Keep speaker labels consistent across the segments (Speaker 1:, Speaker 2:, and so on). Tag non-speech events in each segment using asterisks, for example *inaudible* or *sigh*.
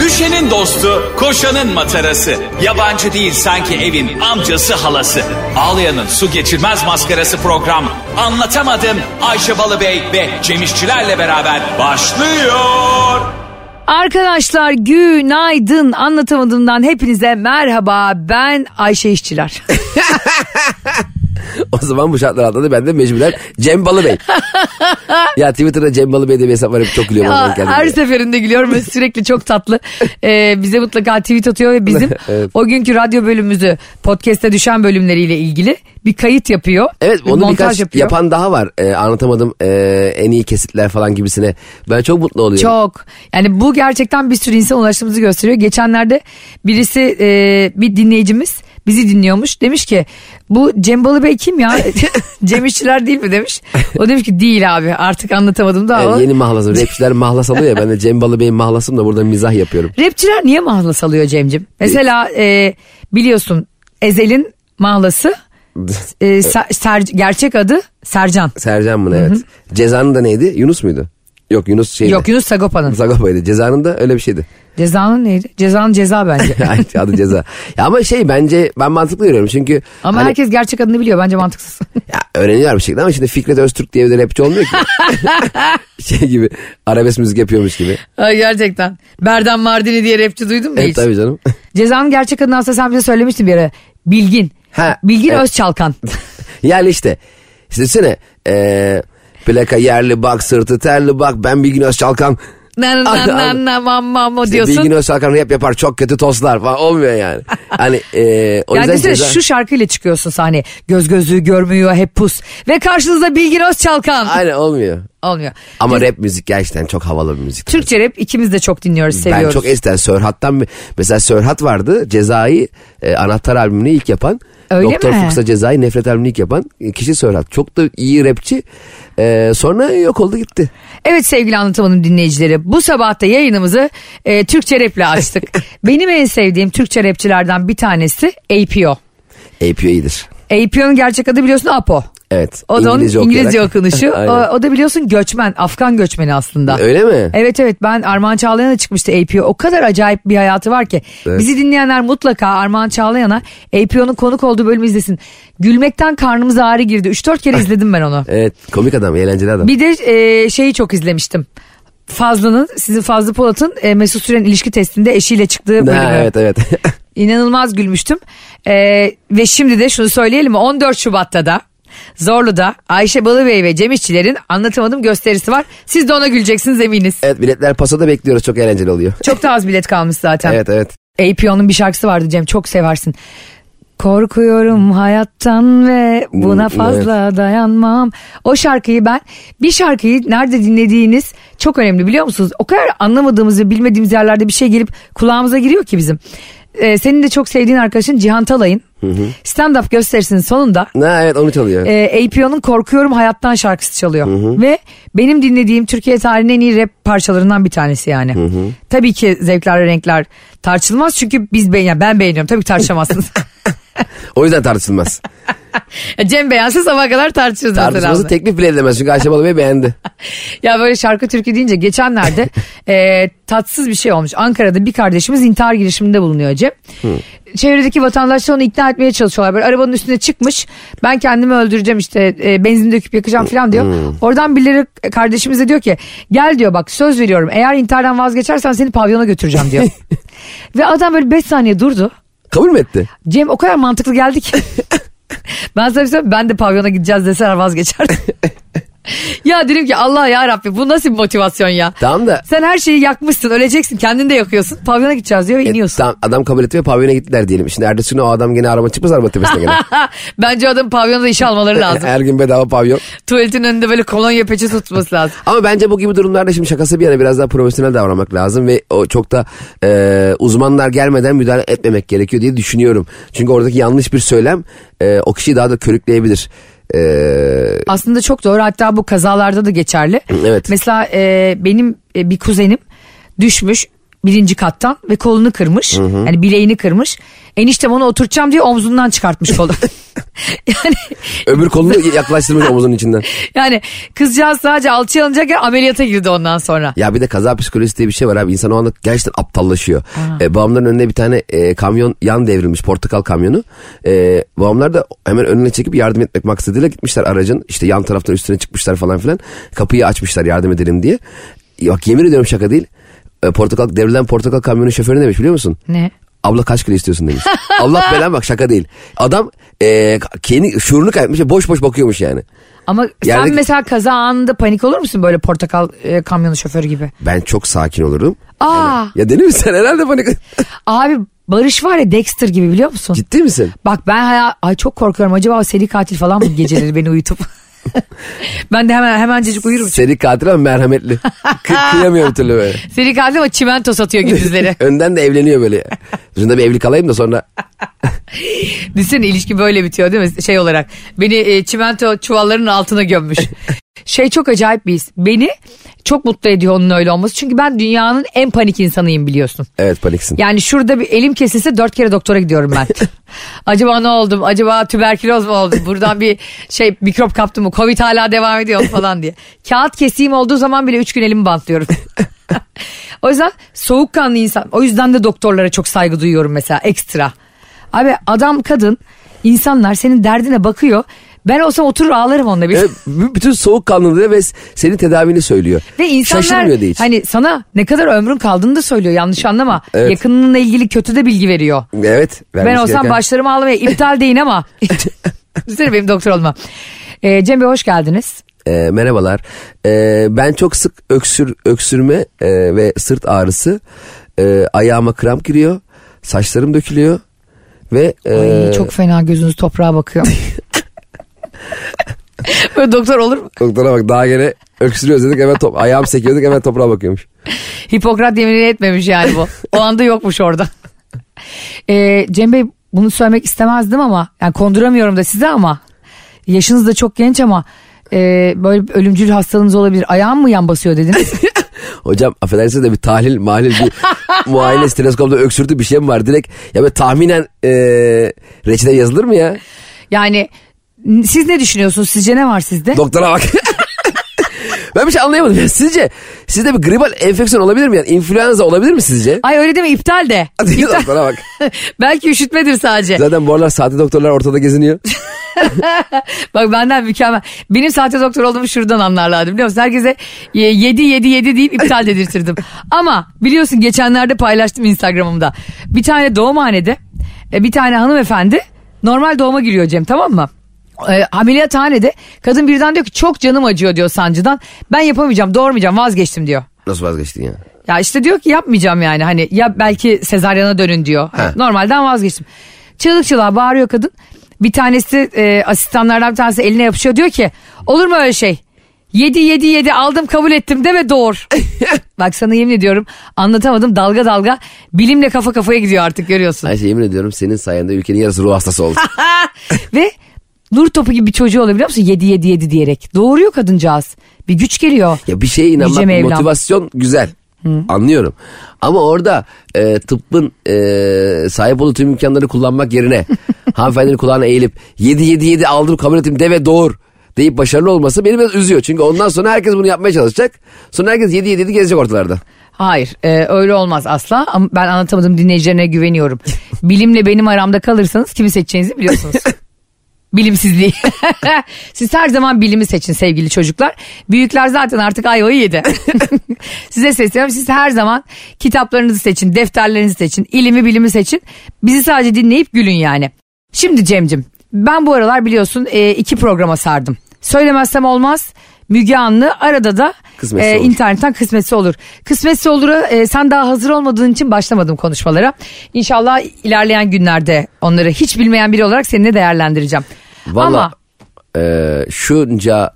Speaker 1: Düşenin dostu, koşanın matarası. Yabancı değil sanki evin amcası halası. Ağlayanın su geçirmez maskarası program. Anlatamadım Ayşe Balıbey ve Cemişçilerle beraber başlıyor.
Speaker 2: Arkadaşlar günaydın anlatamadığımdan hepinize merhaba ben Ayşe
Speaker 3: *laughs*
Speaker 2: İşçiler.
Speaker 3: O zaman bu şartlar altında ben de mecburen
Speaker 2: *laughs*
Speaker 3: Cem Balıbey. ya Twitter'da Cem Balıbey diye bir hesap var hep çok gülüyorum.
Speaker 2: Aa,
Speaker 3: ona kendime.
Speaker 2: Her seferinde gülüyorum ve sürekli çok tatlı. Ee, bize mutlaka tweet atıyor ve bizim
Speaker 3: *laughs* Evet.
Speaker 2: o günkü radyo bölümümüzü podcast'te düşen bölümleriyle ilgili bir kayıt yapıyor.
Speaker 3: Evet
Speaker 2: bir
Speaker 3: onu
Speaker 2: montaj
Speaker 3: birkaç
Speaker 2: yapıyor.
Speaker 3: yapan daha var. Ee, anlatamadım ee, en iyi kesitler falan gibisine. Ben çok mutlu oluyorum.
Speaker 2: Çok. Yani bu gerçekten bir sürü insan ulaştığımızı gösteriyor. Geçenlerde birisi e, bir dinleyicimiz bizi dinliyormuş. Demiş ki bu Cem Balıbey kim ya? *laughs* Cem İşçiler değil mi demiş. O demiş ki değil abi artık anlatamadım da.
Speaker 3: Yani
Speaker 2: o-
Speaker 3: E, yeni mahlasım. Rapçiler mahlas alıyor ya ben de Cem Balıbey'in mahlasım da burada mizah yapıyorum.
Speaker 2: Rapçiler niye mahla salıyor Cem'cim? Mesela e, biliyorsun Ezel'in mahlası e, Ser- Ser- gerçek adı Sercan.
Speaker 3: Sercan mı ne? evet. Cezanın da neydi? Yunus muydu? Yok Yunus şeydi.
Speaker 2: Yok Yunus Sagopa'nın.
Speaker 3: Zagopa'ydı. Cezanın da öyle bir şeydi. *laughs*
Speaker 2: Cezanın neydi? Cezanın ceza bence.
Speaker 3: Yani Adı ceza. Ya ama şey bence ben mantıklı görüyorum çünkü
Speaker 2: Ama
Speaker 3: hani-
Speaker 2: herkes gerçek adını biliyor bence mantıksız.
Speaker 3: Ya öğreniyorlar bir şekilde ama şimdi Fikret Öztürk diye bir de rapçi
Speaker 2: *laughs*
Speaker 3: olmuyor ki. şey gibi arabesk müzik yapıyormuş gibi.
Speaker 2: Ay gerçekten. Berdan Mardini diye rapçi duydun mu
Speaker 3: Evet
Speaker 2: hiç?
Speaker 3: E, tabii canım. *laughs*
Speaker 2: Cezanın gerçek adını aslında sen bize söylemiştin bir ara. Bilgin.
Speaker 3: Ha,
Speaker 2: Bilgin
Speaker 3: evet. *laughs*
Speaker 2: Özçalkan.
Speaker 3: yani işte. İşte düşünsene. eee, plaka yerli bak sırtı terli bak ben Bilgin Özçalkan.
Speaker 2: na na na na mam mam o
Speaker 3: İşte
Speaker 2: *laughs* diyorsun.
Speaker 3: Bilgin Özçalkan rap yapar çok kötü tostlar falan olmuyor yani. Hani eee o
Speaker 2: yani
Speaker 3: yüzden
Speaker 2: düşünsene
Speaker 3: ceza-
Speaker 2: şu şarkıyla çıkıyorsun sahneye. Göz gözlüğü görmüyor hep pus. Ve karşınızda Bilgin Özçalkan.
Speaker 3: Aynen olmuyor.
Speaker 2: Olmuyor.
Speaker 3: Ama
Speaker 2: Biz
Speaker 3: rap müzik gerçekten çok havalı bir müzik.
Speaker 2: Türkçe rap ikimiz de çok dinliyoruz, seviyoruz.
Speaker 3: Ben çok e- eskiden Sörhat'tan bir- mesela Sörhat vardı Ceza'yı e, anahtar albümünü ilk yapan.
Speaker 2: Öyle
Speaker 3: Doktor
Speaker 2: mi?
Speaker 3: Fuchs'a Ceza'yı nefret albümünü ilk yapan kişi Sörhat. Çok da iyi rapçi. E, sonra yok oldu gitti.
Speaker 2: Evet sevgili anlatamadım dinleyicileri. Bu sabah da yayınımızı e, Türkçe raple
Speaker 3: *laughs*
Speaker 2: açtık. Benim en sevdiğim Türkçe rapçilerden bir tanesi APO.
Speaker 3: APO iyidir.
Speaker 2: APO'nun gerçek adı biliyorsun Apo.
Speaker 3: Evet.
Speaker 2: O da İngilizce onun İngilizce
Speaker 3: okuyarak. *laughs*
Speaker 2: okunuşu.
Speaker 3: Aynen.
Speaker 2: o, o da biliyorsun göçmen, Afgan göçmeni aslında.
Speaker 3: Öyle mi?
Speaker 2: Evet evet ben Armağan Çağlayan'a çıkmıştı APO. O kadar acayip bir hayatı var ki.
Speaker 3: Evet.
Speaker 2: Bizi dinleyenler mutlaka Armağan Çağlayan'a APO'nun konuk olduğu bölümü izlesin. Gülmekten karnımız ağrı girdi. 3-4 kere izledim ben
Speaker 3: *laughs*
Speaker 2: onu.
Speaker 3: Evet komik adam eğlenceli adam.
Speaker 2: Bir de e, şeyi çok izlemiştim. Fazlı'nın, sizin Fazlı Polat'ın e, Mesut Süren ilişki testinde eşiyle çıktığı bölümü.
Speaker 3: ha, evet evet. *laughs*
Speaker 2: İnanılmaz gülmüştüm. E, ve şimdi de şunu söyleyelim mi? 14 Şubat'ta da Zorlu'da Ayşe Balıbey ve Cem İşçilerin anlatamadığım gösterisi var. Siz de ona güleceksiniz eminiz.
Speaker 3: evet biletler pasoda bekliyoruz çok eğlenceli oluyor.
Speaker 2: Çok da az bilet kalmış zaten.
Speaker 3: Evet evet.
Speaker 2: APO'nun bir şarkısı vardı Cem çok seversin. Korkuyorum hayattan ve buna
Speaker 3: Hmm,
Speaker 2: fazla dayanmam. O şarkıyı ben bir şarkıyı nerede dinlediğiniz çok önemli biliyor musunuz? O kadar anlamadığımız ve bilmediğimiz yerlerde bir şey gelip kulağımıza giriyor ki bizim. Ee, senin de çok sevdiğin arkadaşın Cihan Talay'ın stand-up gösterisinin sonunda
Speaker 3: Ha, evet onu çalıyor.
Speaker 2: e, APO'nun Korkuyorum Hayattan şarkısı çalıyor. Ve benim dinlediğim Türkiye tarihinin en iyi rap parçalarından bir tanesi yani. Tabii ki zevkler ve renkler tartışılmaz çünkü biz beğen yani ben beğeniyorum tabii ki tartışamazsınız.
Speaker 3: O
Speaker 2: *laughs*
Speaker 3: yüzden tartışılmaz.
Speaker 2: Cem beğense sabaha kadar tartışırız. mesela.
Speaker 3: Tartışması teklif bile edilemez çünkü Ayşe Balıbey beğendi.
Speaker 2: Ya böyle şarkı türkü deyince geçenlerde e, tatsız bir şey olmuş. Ankara'da bir kardeşimiz intihar girişiminde bulunuyor Cem. Çevredeki vatandaşlar onu ikna etmeye çalışıyorlar. Böyle arabanın üstüne çıkmış. Ben kendimi öldüreceğim işte e, benzin döküp yakacağım falan diyor. Oradan birileri kardeşimize diyor ki gel diyor bak söz veriyorum. Eğer intihardan vazgeçersen seni pavyona götüreceğim diyor. Ve adam böyle 5 saniye durdu.
Speaker 3: Kabul mü etti?
Speaker 2: Cem o kadar mantıklı geldi ki. ben sana bir şey söyleyeyim, ben de pavyona gideceğiz deseler vazgeçerdim. ya dedim ki Allah ya Rabbi bu nasıl bir motivasyon ya.
Speaker 3: Tamam da
Speaker 2: Sen her şeyi yakmışsın öleceksin kendini de yakıyorsun. Pavyona gideceğiz diyor ve
Speaker 3: E,
Speaker 2: iniyorsun.
Speaker 3: tamam, adam kabul etti ve pavyona gittiler diyelim. Şimdi ertesi gün o adam gene araba çıkmaz araba
Speaker 2: *laughs*
Speaker 3: tepesine gene. E,
Speaker 2: Bence o adamın pavyonda işe almaları lazım.
Speaker 3: Her gün bedava pavyon.
Speaker 2: Tuvaletin önünde böyle kolonya peçe tutması lazım.
Speaker 3: Ama bence bu gibi durumlarda şimdi şakası bir yana biraz daha profesyonel davranmak lazım ve o çok da e, uzmanlar gelmeden müdahale etmemek gerekiyor diye düşünüyorum. Çünkü oradaki yanlış bir söylem e, o kişiyi daha da körükleyebilir. E,
Speaker 2: Aslında çok doğru hatta bu kazalarda da geçerli.
Speaker 3: Evet.
Speaker 2: Mesela e, benim e, bir kuzenim düşmüş birinci kattan ve Hani
Speaker 3: *laughs*
Speaker 2: kolunu kırmış. Yani bileğini kırmış. Eniştem onu oturtacağım diye omzundan çıkartmış kolu. yani
Speaker 3: Öbür kolunu yaklaştırmış omuzun içinden.
Speaker 2: yani kızcağız sadece alçıya alınacakken ameliyata girdi ondan sonra.
Speaker 3: Ya bir de kaza psikolojisi diye bir şey var abi. İnsan o anda gerçekten aptallaşıyor. E, babamların önüne bir tane e, kamyon yan devrilmiş portakal kamyonu. E, babamlar da hemen önüne çekip yardım etmek maksadıyla gitmişler aracın. işte yan taraftan üstüne çıkmışlar falan filan. Kapıyı açmışlar yardım edelim diye. Bak yemin ediyorum şaka değil. E, portakal devrilen portakal kamyonu şoförü demiş biliyor musun?
Speaker 2: Ne?
Speaker 3: Abla kaç kilo istiyorsun demiş. Allah belan bak şaka değil. Adam e, kendi şuurunu kaybetmiş ve boş boş bakıyormuş yani.
Speaker 2: Ama sen
Speaker 3: Yerdeki-
Speaker 2: mesela kaza anında panik olur musun böyle portakal e, kamyonu şoförü gibi?
Speaker 3: Ben çok sakin olurum.
Speaker 2: Aa
Speaker 3: Ya deli misin herhalde panik. *laughs*
Speaker 2: abi Barış var ya Dexter gibi biliyor musun?
Speaker 3: Ciddi misin?
Speaker 2: Bak ben haya- ay çok korkuyorum acaba o seri katil falan mı geceleri beni uyutup? *laughs* ben de hemen hemencecik uyurum.
Speaker 3: Seri katil
Speaker 2: *laughs*
Speaker 3: ama merhametli. Kı- kıyamıyor bir türlü böyle.
Speaker 2: Seri katil ama çimento satıyor
Speaker 3: *laughs*
Speaker 2: gündüzleri.
Speaker 3: Önden de evleniyor böyle. Şunda bir evlilik alayım da sonra
Speaker 2: Düşünsene ilişki böyle bitiyor değil mi? Şey olarak beni e, çimento çuvallarının altına gömmüş. şey çok acayip bir his. Beni çok mutlu ediyor onun öyle olması. Çünkü ben dünyanın en panik insanıyım biliyorsun.
Speaker 3: evet paniksin.
Speaker 2: Yani şurada bir elim kesilse dört kere doktora gidiyorum
Speaker 3: *laughs*
Speaker 2: ben. Acaba ne oldum? Acaba tüberküloz mu oldum? Buradan bir şey mikrop kaptım mı? Covid hala devam ediyor mu falan diye. Kağıt kesiğim olduğu zaman bile üç gün elimi
Speaker 3: *laughs*
Speaker 2: bantlıyorum. o yüzden soğukkanlı insan. O yüzden de doktorlara çok saygı duyuyorum mesela ekstra. Abi adam kadın insanlar senin derdine bakıyor. Ben olsam oturur ağlarım onunla bir.
Speaker 3: Evet, b- bütün soğukkanlılığı ve s- senin tedavini söylüyor.
Speaker 2: Ve insanlar
Speaker 3: Şaşırmıyor da hiç.
Speaker 2: hani sana ne kadar ömrün kaldığını da söylüyor yanlış anlama.
Speaker 3: Evet.
Speaker 2: Yakınınla ilgili kötü de bilgi veriyor.
Speaker 3: Evet.
Speaker 2: Ben
Speaker 3: vermesi
Speaker 2: olsam
Speaker 3: gereken-
Speaker 2: başlarımı ağlamaya iptal deyin ama. Üzere benim doktor olmam. Ee, Cem Bey hoş geldiniz.
Speaker 3: Ee, merhabalar. Ee, ben çok sık öksür öksürme e, ve sırt ağrısı. Ee, ayağıma kramp giriyor. Saçlarım dökülüyor. Ve
Speaker 2: Ay,
Speaker 3: e,
Speaker 2: çok fena gözünüz toprağa bakıyor. Böyle doktor olur mu?
Speaker 3: doktora bak daha gene öksürüyoruz dedik hemen top, ayağım sekiyorduk hemen toprağa bakıyormuş.
Speaker 2: Hipokrat yeminini etmemiş yani bu. O anda yokmuş orada. Ee, Cem Bey bunu söylemek istemezdim ama yani konduramıyorum da size ama yaşınız da çok genç ama e, böyle bir ölümcül hastalığınız olabilir. Ayağım mı yan basıyor dediniz?
Speaker 3: Hocam affedersiniz de bir tahlil mahlil bir muayene teleskopta öksürtü bir şey mi var direkt? Ya böyle tahminen e, reçete yazılır mı ya?
Speaker 2: yani n- siz ne düşünüyorsunuz? Sizce ne var sizde?
Speaker 3: Doktora bak. *laughs* ben bir şey anlayamadım. Ya sizce sizde bir gribal enfeksiyon olabilir mi? Yani influenza olabilir mi sizce?
Speaker 2: Ay öyle deme iptal de.
Speaker 3: *laughs*
Speaker 2: İptal-
Speaker 3: doktora bak.
Speaker 2: *laughs* Belki üşütmedir sadece.
Speaker 3: Zaten bu aralar sahte doktorlar ortada geziniyor.
Speaker 2: Bak benden mükemmel. Benim sahte doktor olduğumu şuradan anlarlardı biliyor musun? Herkese e, 7 7 7 deyip iptal dedirtirdim. Ama biliyorsun geçenlerde paylaştım Instagram'ımda. Bir tane doğumhanede e, bir tane hanımefendi normal doğuma giriyor Cem tamam mı? E, ameliyathanede kadın birden diyor ki çok canım acıyor diyor sancıdan. Ben yapamayacağım doğurmayacağım vazgeçtim diyor.
Speaker 3: Nasıl vazgeçtin ya?
Speaker 2: Ya işte diyor ki yapmayacağım yani hani ya belki sezaryana dönün diyor. Hani
Speaker 3: He.
Speaker 2: Normalden vazgeçtim. Çığlık çığlığa bağırıyor kadın. Bir tanesi e, asistanlardan bir tanesi eline yapışıyor diyor ki olur mu öyle şey? Yedi yedi yedi aldım kabul ettim de ve
Speaker 3: *laughs*
Speaker 2: doğur. Bak sana yemin ediyorum anlatamadım dalga dalga bilimle kafa kafaya gidiyor artık görüyorsun.
Speaker 3: Ayşe yemin ediyorum senin sayende ülkenin yarısı ruh hastası oldu.
Speaker 2: Ah!
Speaker 3: *laughs*
Speaker 2: Ve nur topu gibi bir çocuğu oluyor biliyor musun? Yedi yedi yedi diyerek doğuruyor kadıncağız. Bir güç geliyor.
Speaker 3: Ya bir şeye inanmak,
Speaker 2: Yüce Mevlam.
Speaker 3: motivasyon güzel. Anlıyorum. Ama orada e, tıbbın e, sahip olduğu tüm imkanları
Speaker 2: *laughs*
Speaker 3: kullanmak yerine hanımefendinin kulağına eğilip 7 7 7 aldım kabul ettim de ve doğur deyip başarılı olması beni biraz üzüyor. Çünkü ondan sonra herkes bunu yapmaya çalışacak. Sonra herkes 7 7 7 gezecek ortalarda.
Speaker 2: Hayır e, öyle olmaz asla ama ben anlatamadım dinleyicilerine güveniyorum. Bilimle benim aramda kalırsanız kimi seçeceğinizi biliyorsunuz. Bilimsizliği. *laughs* Siz her zaman bilimi seçin sevgili çocuklar. Büyükler zaten artık ayvayı yedi. *laughs* Size sesleniyorum. Siz her zaman kitaplarınızı seçin, defterlerinizi seçin, ilimi bilimi seçin. Bizi sadece dinleyip gülün yani. Şimdi Cem'cim ben bu aralar biliyorsun e, iki programa sardım. Söylemezsem olmaz. Müge Anlı arada da
Speaker 3: Kısmetse
Speaker 2: e,
Speaker 3: olur.
Speaker 2: internetten kısmetse olur. Kısmetse olur'a e, sen daha hazır olmadığın için başlamadım konuşmalara. İnşallah ilerleyen günlerde onları hiç bilmeyen biri olarak seninle değerlendireceğim.
Speaker 3: Valla
Speaker 2: Ama
Speaker 3: e, şunca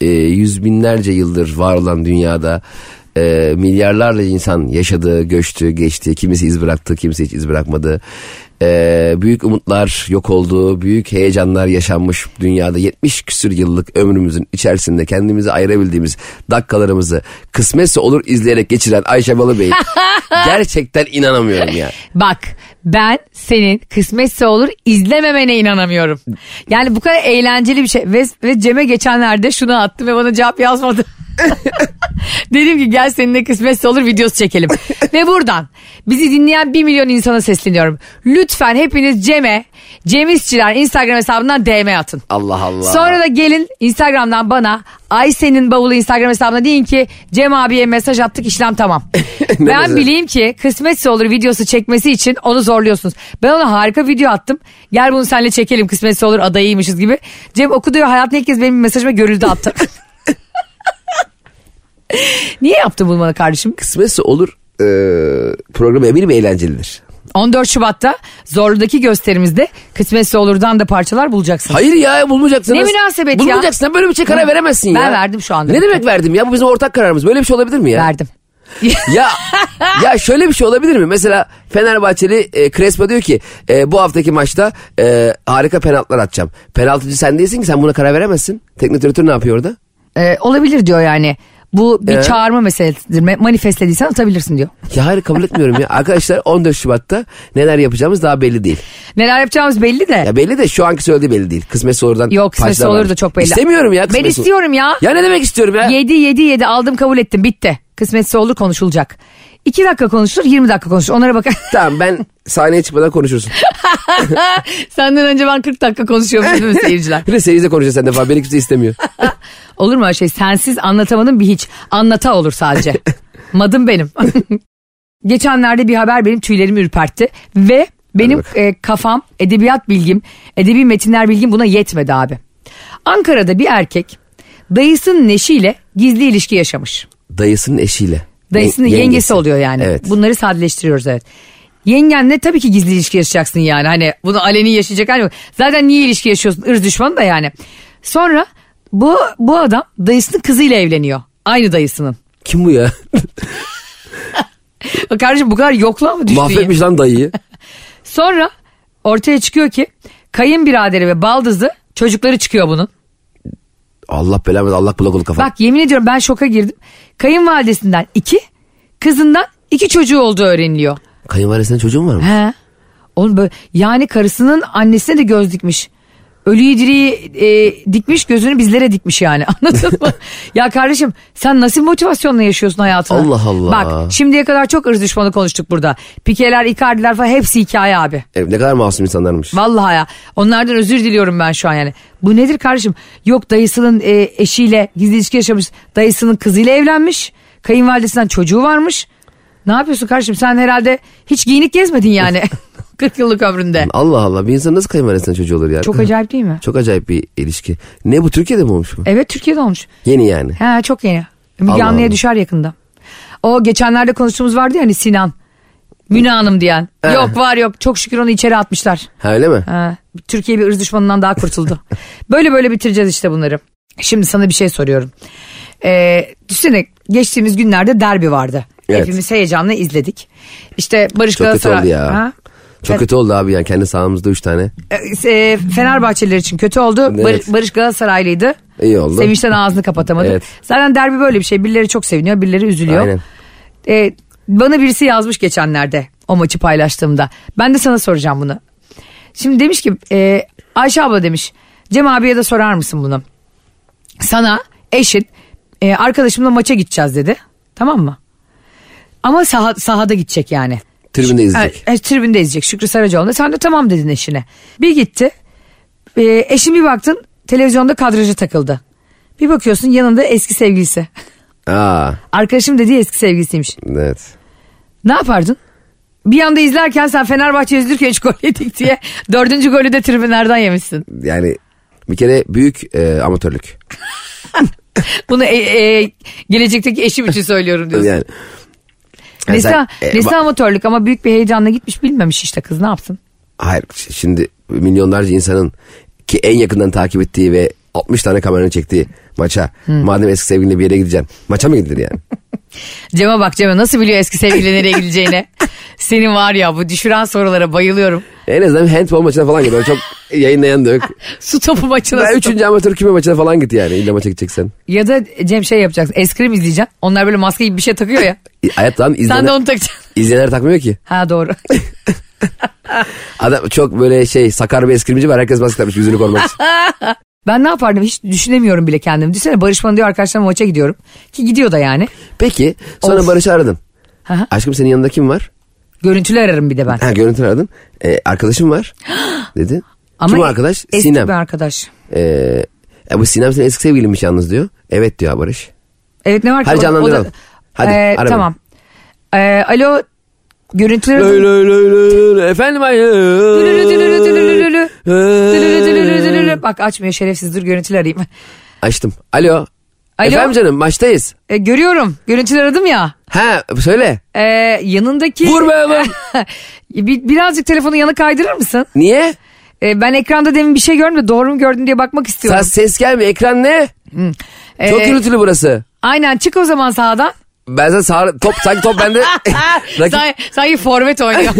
Speaker 3: e, yüz binlerce yıldır var olan dünyada e, milyarlarla insan yaşadı, göçtü, geçti. Kimisi iz bıraktı, kimisi hiç iz bırakmadı. E, büyük umutlar yok oldu, büyük heyecanlar yaşanmış dünyada. 70 küsür yıllık ömrümüzün içerisinde kendimizi ayırabildiğimiz dakikalarımızı kısmetse olur izleyerek geçiren
Speaker 2: *laughs*
Speaker 3: Ayşe Balıbey. gerçekten inanamıyorum ya.
Speaker 2: Bak ben senin kısmetse olur izlememene inanamıyorum. Yani bu kadar eğlenceli bir şey. Ve, ve Cem'e geçenlerde şunu attım ve bana cevap yazmadı. *laughs* Dedim ki gel seninle kısmetse olur videosu çekelim. ve buradan bizi dinleyen 1 milyon insana sesleniyorum. Lütfen hepiniz Cem'e, Cem İşçiler Instagram hesabından DM atın.
Speaker 3: Allah Allah.
Speaker 2: Sonra da gelin Instagram'dan bana Ayşe'nin bavulu Instagram hesabına deyin ki Cem abiye mesaj attık işlem tamam.
Speaker 3: Ne
Speaker 2: ben
Speaker 3: mesaj?
Speaker 2: bileyim ki kısmetse olur videosu çekmesi için onu zorluyorsunuz. Ben ona harika video attım. Gel bunu seninle çekelim kısmetse olur adayıymışız gibi. Cem okudu ve hayatın ilk kez benim mesajıma görüldü attı. Niye yaptın bunu bana kardeşim?
Speaker 3: kısmetse olur e, programı eminim eğlencelidir.
Speaker 2: 14 Şubat'ta Zorlu'daki gösterimizde kısmetse olurdan da parçalar bulacaksın.
Speaker 3: Hayır ya bulmayacaksınız.
Speaker 2: Ne münasebet ya?
Speaker 3: Bulmayacaksın sen böyle bir şey karar
Speaker 2: Ben-
Speaker 3: veremezsin ya.
Speaker 2: ben verdim şu anda.
Speaker 3: Ne demek verdim ya bu bizim ortak kararımız böyle bir şey olabilir mi ya?
Speaker 2: Verdim.
Speaker 3: Ya ya şöyle bir şey olabilir mi? Mesela Fenerbahçeli e, Crespo diyor ki e, bu haftaki maçta e, harika penaltılar atacağım. Penaltıcı sen değilsin ki sen buna karar veremezsin. Teknik direktör ne yapıyor orada?
Speaker 2: Ee, olabilir diyor yani. Bu bir
Speaker 3: Ee?
Speaker 2: çağırma meselesidir. Me- Manifestlediysen atabilirsin diyor.
Speaker 3: Ya hayır kabul etmiyorum
Speaker 2: *laughs*
Speaker 3: ya. Arkadaşlar 14 Şubat'ta neler yapacağımız daha belli değil.
Speaker 2: Neler yapacağımız belli de.
Speaker 3: Ya belli de şu anki söylediği belli değil. Kısmetse olurdan
Speaker 2: Yok kısmetse
Speaker 3: parçalar
Speaker 2: olur
Speaker 3: var.
Speaker 2: da çok belli.
Speaker 3: İstemiyorum ya
Speaker 2: Ben
Speaker 3: kısmetse olur.
Speaker 2: istiyorum ya.
Speaker 3: Ya ne demek istiyorum ya?
Speaker 2: 7 7 7 aldım kabul ettim bitti. Kısmetse olur konuşulacak. 2 dakika konuşulur 20 dakika konuşulur. Onlara bakar.
Speaker 3: Tamam ben sahneye çıkmadan konuşursun.
Speaker 2: *laughs* Senden önce ben 40 dakika konuşuyormuşum
Speaker 3: *laughs*
Speaker 2: değil mi seyirciler?
Speaker 3: Bir de seyirciyle konuşacaksın sen defa. Beni kimse istemiyor.
Speaker 2: Olur mu öyle şey? Sensiz anlatamadım bir hiç. Anlata olur sadece. Madım benim. *laughs* Geçenlerde bir haber benim tüylerimi ürpertti ve benim
Speaker 3: bak.
Speaker 2: e, kafam, edebiyat bilgim, edebi metinler bilgim buna yetmedi abi. Ankara'da bir erkek dayısının eşiyle gizli ilişki yaşamış.
Speaker 3: *laughs* Dayısının eşiyle.
Speaker 2: Dayısının
Speaker 3: Yen-
Speaker 2: yengesi. oluyor yani.
Speaker 3: Evet.
Speaker 2: Bunları sadeleştiriyoruz evet. Yengenle tabii ki gizli ilişki yaşayacaksın yani. Hani bunu aleni yaşayacak hali yok. Zaten niye ilişki yaşıyorsun? Irz düşmanı da yani. Sonra bu, bu adam dayısının kızıyla evleniyor. Aynı dayısının. *laughs*
Speaker 3: Kim bu ya?
Speaker 2: Kardeşim bu kadar yokluğa mı düştün ya?
Speaker 3: Mahvetmiş
Speaker 2: *laughs*
Speaker 3: lan dayıyı.
Speaker 2: Sonra ortaya çıkıyor ki kayınbiraderi ve baldızı çocukları çıkıyor bunun.
Speaker 3: Allah belamı Allah bulak ol kafa.
Speaker 2: Bak yemin ediyorum ben şoka girdim. Kayınvalidesinden iki, kızından iki çocuğu olduğu öğreniliyor.
Speaker 3: Kayınvalidesinin çocuğun var mı?
Speaker 2: He. Oğlum böyle, yani karısının annesine de göz dikmiş. Ölüyü diriyi e, dikmiş gözünü bizlere dikmiş yani *laughs* anladın mı? ya kardeşim sen nasıl motivasyonla yaşıyorsun hayatını?
Speaker 3: Allah Allah.
Speaker 2: Bak şimdiye kadar çok ırz düşmanı konuştuk burada. Pikeler, Icardi'ler falan hepsi hikaye abi.
Speaker 3: E, ne kadar masum insanlarmış.
Speaker 2: Vallahi ya onlardan özür diliyorum ben şu an yani. Bu nedir kardeşim? Yok dayısının e, eşiyle gizli ilişki yaşamış. Dayısının kızıyla evlenmiş. Kayınvalidesinden çocuğu varmış. Ne yapıyorsun kardeşim sen herhalde hiç giyinik gezmedin
Speaker 3: *laughs*
Speaker 2: yani. 40 yıllık ömründe.
Speaker 3: Allah Allah bir insan nasıl kayınvalidesinin çocuğu olur ya?
Speaker 2: Çok acayip E- değil mi?
Speaker 3: Çok acayip bir ilişki. Ne bu Türkiye'de mi olmuş bu?
Speaker 2: Evet Türkiye'de olmuş.
Speaker 3: Yeni yani.
Speaker 2: He çok yeni. Müge
Speaker 3: Allah
Speaker 2: Anlı'ya
Speaker 3: Allah.
Speaker 2: düşer yakında. O geçenlerde konuştuğumuz vardı ya hani Sinan. Müna Hanım diyen.
Speaker 3: Eh.
Speaker 2: Yok var yok çok şükür onu içeri atmışlar.
Speaker 3: Ha öyle mi?
Speaker 2: Ha, Türkiye bir ırz düşmanından daha
Speaker 3: *laughs*
Speaker 2: kurtuldu. böyle böyle bitireceğiz işte bunları. Şimdi sana bir şey soruyorum. Ee, düşünsene geçtiğimiz günlerde derbi vardı.
Speaker 3: Evet.
Speaker 2: Hepimiz heyecanla izledik. İşte Barış
Speaker 3: Çok kötü
Speaker 2: Galatasaray...
Speaker 3: oldu ya.
Speaker 2: Ha?
Speaker 3: Çok kötü oldu abi yani kendi sahamızda 3 tane.
Speaker 2: Ee, e, Fenerbahçeliler için kötü oldu.
Speaker 3: Evet.
Speaker 2: Barış, Barış Galatasaraylıydı.
Speaker 3: İyi oldu.
Speaker 2: Sevinçten ağzını kapatamadı.
Speaker 3: Evet.
Speaker 2: Zaten derbi böyle bir şey. Birileri çok seviniyor, birileri üzülüyor.
Speaker 3: Aynen.
Speaker 2: Ee, bana birisi yazmış geçenlerde o maçı paylaştığımda. Ben de sana soracağım bunu. Şimdi demiş ki e, Ayşe abla demiş Cem abiye de sorar mısın bunu? Sana eşin e, arkadaşımla maça gideceğiz dedi. Tamam mı? Ama saha, sahada gidecek yani.
Speaker 3: Tribünde izleyecek.
Speaker 2: Evet, tribünde izleyecek Şükrü Saracoğlu'nda. Sen de tamam dedin eşine. Bir gitti. Ee, eşin bir baktın televizyonda kadraja takıldı. Bir bakıyorsun yanında eski sevgilisi. *laughs*
Speaker 3: Aa
Speaker 2: Arkadaşım dediği eski sevgilisiymiş.
Speaker 3: evet.
Speaker 2: Ne yapardın? Bir anda izlerken sen Fenerbahçe üzülürken üç gol yedik
Speaker 3: *laughs*
Speaker 2: diye dördüncü golü de tribünlerden yemişsin.
Speaker 3: Yani bir kere büyük e, amatörlük.
Speaker 2: Bunu e- e, gelecekteki eşim için söylüyorum diyorsun.
Speaker 3: Yani. Yani
Speaker 2: Nesi,
Speaker 3: sen- e,
Speaker 2: nesi
Speaker 3: bak-
Speaker 2: amatörlük ama büyük bir heyecanla gitmiş bilmemiş işte kız ne yapsın?
Speaker 3: Hayır ş- şimdi milyonlarca insanın ki en yakından takip ettiği
Speaker 2: Hmm. *laughs*
Speaker 3: ve 60 tane kameranın çektiği maça. Madem eski sevgilinle bir yere gideceksin. Maça mı gidilir yani?
Speaker 2: Cem'e bak Cem'e nasıl biliyor eski sevgili nereye
Speaker 3: *laughs*
Speaker 2: gideceğini. Senin var ya bu düşüren sorulara bayılıyorum.
Speaker 3: En azından handball maçına falan git. Böyle çok
Speaker 2: *laughs*
Speaker 3: yayınlayan da yok.
Speaker 2: Su topu maçına.
Speaker 3: Ben
Speaker 2: su
Speaker 3: üçüncü amatör küme maçına falan git yani. İlla maça gideceksen.
Speaker 2: topu- Ya da Cem şey yapacaksın. Eskrim izleyeceksin. Onlar böyle maske gibi bir şey takıyor ya.
Speaker 3: İ- Hayat lan
Speaker 2: Sen de
Speaker 3: izleyenler,
Speaker 2: onu takacaksın.
Speaker 3: izleyenler takmıyor ki.
Speaker 2: Ha doğru. *laughs*
Speaker 3: Adam çok böyle şey sakar bir eskrimci var. Herkes maske takmış yüzünü korumak
Speaker 2: *laughs*
Speaker 3: için.
Speaker 2: Ben ne yapardım hiç düşünemiyorum bile kendimi. Düşünsene Barış bana diyor arkadaşlarımla maça gidiyorum. Ki gidiyor da yani.
Speaker 3: Peki sonra
Speaker 2: Of.
Speaker 3: Barış'ı aradın.
Speaker 2: Hı hı.
Speaker 3: Aşkım senin yanında kim var?
Speaker 2: Görüntülü ararım bir de ben.
Speaker 3: Ha görüntülü aradın. E,
Speaker 2: *gasps*
Speaker 3: arkadaşım var dedi. Kim o arkadaş?
Speaker 2: eski
Speaker 3: Sinem.
Speaker 2: bir arkadaş.
Speaker 3: E, e, bu Sinem senin eski sevgilinmiş yalnız diyor. Evet diyor Barış.
Speaker 2: Evet ne var ki?
Speaker 3: Hadi
Speaker 2: O- o da-
Speaker 3: canlandıralım. Hadi,
Speaker 2: Ee,
Speaker 3: ara beni.
Speaker 2: Tamam. Ee, alo. Görüntüler...
Speaker 3: Lö lö lö lö lö. Efendim ay.
Speaker 2: Dülülü dülülü dülülü dülülü.
Speaker 3: Ee.
Speaker 2: Dülülü dülülü dülülü. Bak açmıyor şerefsiz dur görüntüler arayayım. *laughs*
Speaker 3: Açtım. Alo.
Speaker 2: Alo.
Speaker 3: Efendim canım maçtayız.
Speaker 2: Ee, görüyorum. Görüntüler aradım ya.
Speaker 3: Ha söyle.
Speaker 2: Ee, yanındaki...
Speaker 3: Vur be hemen.
Speaker 2: *laughs* Bir- birazcık telefonu yana kaydırır mısın?
Speaker 3: Niye?
Speaker 2: Ee, ben ekranda demin bir şey gördüm de doğru mu gördüm diye bakmak
Speaker 3: Sen
Speaker 2: istiyorum.
Speaker 3: ses gelmiyor. Ekran ne? Çok
Speaker 2: Ee,
Speaker 3: gürültülü burası.
Speaker 2: Aynen çık o zaman sahadan.
Speaker 3: Ben sana sağ, top sanki
Speaker 2: *laughs*
Speaker 3: top bende. Rakip-
Speaker 2: Sanki, sanki forvet
Speaker 3: *laughs*
Speaker 2: oynuyor.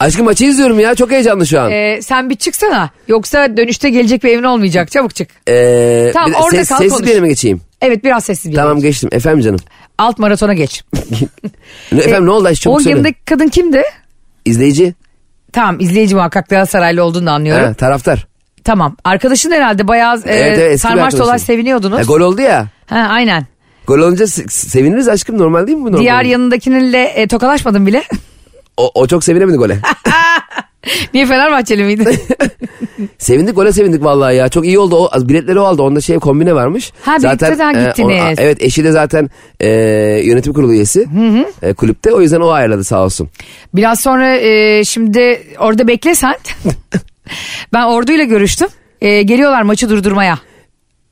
Speaker 3: Aşkım maçı izliyorum ya. Çok heyecanlı şu an.
Speaker 2: Ee, sen bir çıksana. Yoksa dönüşte gelecek bir evin olmayacak. Çabuk çık.
Speaker 3: Ee,
Speaker 2: tamam,
Speaker 3: bir de
Speaker 2: orada
Speaker 3: ses,
Speaker 2: kal,
Speaker 3: sessiz
Speaker 2: konuş.
Speaker 3: bir yere mi geçeyim?
Speaker 2: Evet biraz sessiz bir
Speaker 3: Tamam
Speaker 2: yer.
Speaker 3: geçtim. Efendim canım.
Speaker 2: Alt maratona geç.
Speaker 3: Ne-
Speaker 2: Ee,
Speaker 3: Efendim ne oldu aşkım?
Speaker 2: O
Speaker 3: Çabuk söyle.
Speaker 2: yanındaki kadın kimdi?
Speaker 3: İzleyici.
Speaker 2: Tamam izleyici muhakkak Galatasaraylı olduğunu da anlıyorum.
Speaker 3: Ha, taraftar.
Speaker 2: Tamam arkadaşın herhalde bayağı e,
Speaker 3: Evet, evet, eski bir
Speaker 2: sarmaş
Speaker 3: arkadaşım.
Speaker 2: dolaş
Speaker 3: Ha,
Speaker 2: seviniyordunuz.
Speaker 3: gol oldu ya.
Speaker 2: ha, aynen.
Speaker 3: Gol olunca se- seviniriz aşkım. Normal değil mi bu normal?
Speaker 2: Diğer yanındakininle e, tokalaşmadın bile. *laughs*
Speaker 3: O, o çok sevinemedi gole.
Speaker 2: Niye Fenerbahçeli
Speaker 3: *laughs*
Speaker 2: miydin?
Speaker 3: sevindik gole sevindik vallahi ya. Çok iyi oldu. O, az- biletleri o aldı. Onda şey kombine varmış.
Speaker 2: Ha, birlikte daha
Speaker 3: e,
Speaker 2: gittiniz.
Speaker 3: ona- evet eşi de zaten e, yönetim kurulu üyesi. E, kulüpte. O yüzden o ayarladı sağ olsun.
Speaker 2: Biraz sonra e, şimdi orada bekle
Speaker 3: *laughs*
Speaker 2: sen. ben orduyla görüştüm. E, geliyorlar maçı durdurmaya.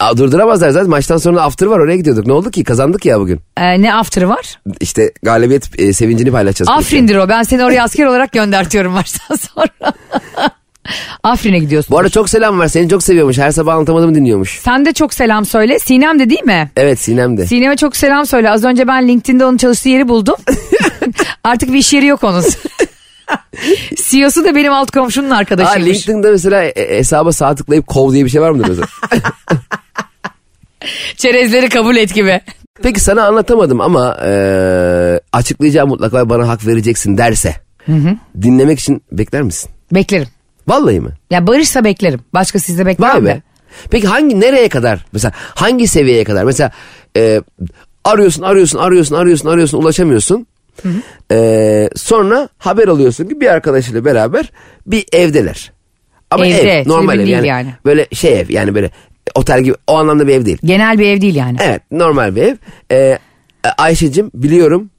Speaker 3: Aa, durduramazlar zaten. Maçtan sonra after var. Oraya gidiyorduk. Ne oldu ki? Kazandık ya bugün.
Speaker 2: E, ne after'ı var?
Speaker 3: İşte galibiyet e, sevincini paylaşacağız. kulüpte.
Speaker 2: Afrin'dir o. Ben seni oraya asker olarak göndertiyorum maçtan sonra. *laughs* Afrin'e gidiyorsun.
Speaker 3: Bu arada çok selam var. Seni çok seviyormuş. Her sabah anlatamadığımı dinliyormuş.
Speaker 2: Sen de çok selam söyle. Sinem de değil mi?
Speaker 3: Evet Sinem de.
Speaker 2: Sinem'e çok selam söyle. Az önce ben LinkedIn'de onun çalıştığı yeri
Speaker 3: *laughs*
Speaker 2: buldum. Artık bir iş yeri yok onun. CEO'su da benim alt komşunun
Speaker 3: Aa,
Speaker 2: arkadaşıymış.
Speaker 3: LinkedIn'de mesela e, e, hesaba sağ tıklayıp kov diye bir şey var mıdır mesela?
Speaker 2: Çerezleri kabul et gibi.
Speaker 3: Peki sana anlatamadım ama e, açıklayacağım mutlaka bana hak vereceksin derse. Dinlemek için bekler misin?
Speaker 2: Beklerim.
Speaker 3: Vallahi mi?
Speaker 2: Ya Barış'sa beklerim. Başka sizde beklemem
Speaker 3: Vay
Speaker 2: de.
Speaker 3: be. Peki hangi nereye kadar? Mesela hangi seviyeye kadar? Mesela e, arıyorsun, arıyorsun, arıyorsun, arıyorsun, arıyorsun, ulaşamıyorsun. E, sonra haber alıyorsun ki bir arkadaşıyla beraber bir evdeler. Ama
Speaker 2: Evde,
Speaker 3: ev, normal
Speaker 2: tribün
Speaker 3: ev
Speaker 2: değil
Speaker 3: yani,
Speaker 2: yani.
Speaker 3: Böyle şey ev yani böyle otel gibi o anlamda bir ev değil.
Speaker 2: Genel bir ev değil yani.
Speaker 3: Evet normal bir ev. E, Ayşe'cim biliyorum